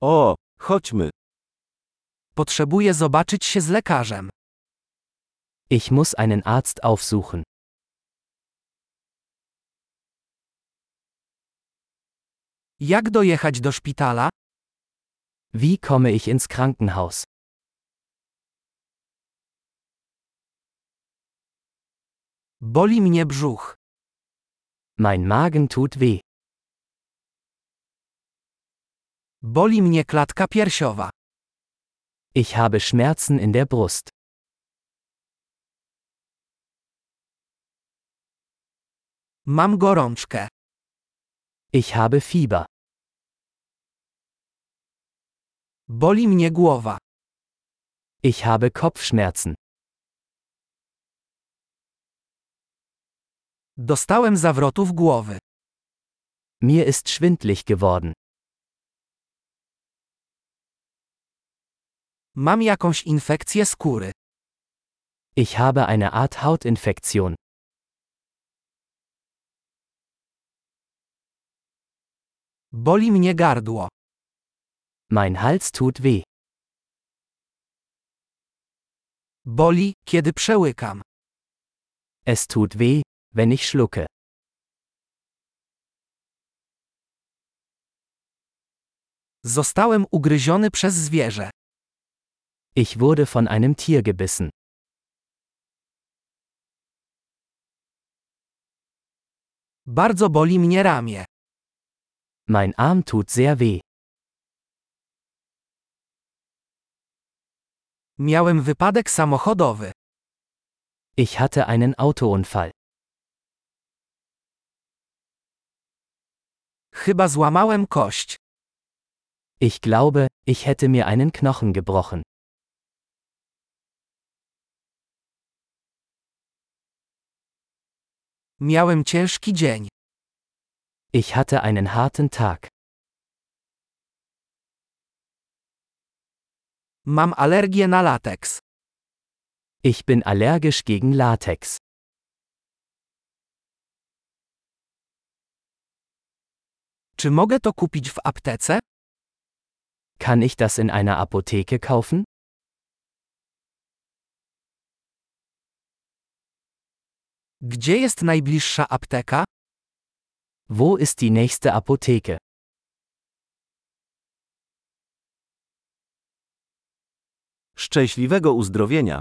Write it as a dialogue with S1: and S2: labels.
S1: O, chodźmy.
S2: Potrzebuję zobaczyć się z lekarzem.
S3: Ich muss einen Arzt aufsuchen.
S2: Jak dojechać do szpitala?
S3: Wie komme ich ins Krankenhaus?
S2: Boli mnie brzuch.
S3: Mein Magen tut weh.
S2: Boli mnie klatka piersiowa.
S3: Ich habe Schmerzen in der Brust.
S2: Mam gorączkę.
S3: Ich habe Fieber.
S2: Boli mnie głowa.
S3: Ich habe Kopfschmerzen.
S2: Dostałem zawrotów głowy.
S3: Mir ist schwindlig geworden.
S2: Mam jakąś infekcję skóry.
S3: Ich habe eine Art Hautinfektion.
S2: Boli mnie gardło.
S3: Mein Hals tut weh.
S2: Boli, kiedy przełykam.
S3: Es tut weh, wenn ich schlucke.
S2: Zostałem ugryziony przez zwierzę.
S3: Ich wurde von einem Tier gebissen.
S2: Bardzo boli mnie ramię.
S3: Mein Arm tut sehr weh.
S2: Miałem wypadek samochodowy.
S3: Ich hatte einen Autounfall.
S2: Chyba złamałem kość.
S3: Ich glaube, ich hätte mir einen Knochen gebrochen.
S2: Miałem ciężki dzień.
S3: Ich hatte einen harten Tag.
S2: Mam alergię na lateks.
S3: Ich bin allergisch gegen Latex.
S2: Czy mogę to kupić w aptece?
S3: Kann ich das in einer Apotheke kaufen?
S2: Gdzie jest najbliższa apteka?
S3: Wo ist die nächste Apotheke?
S1: Szczęśliwego uzdrowienia.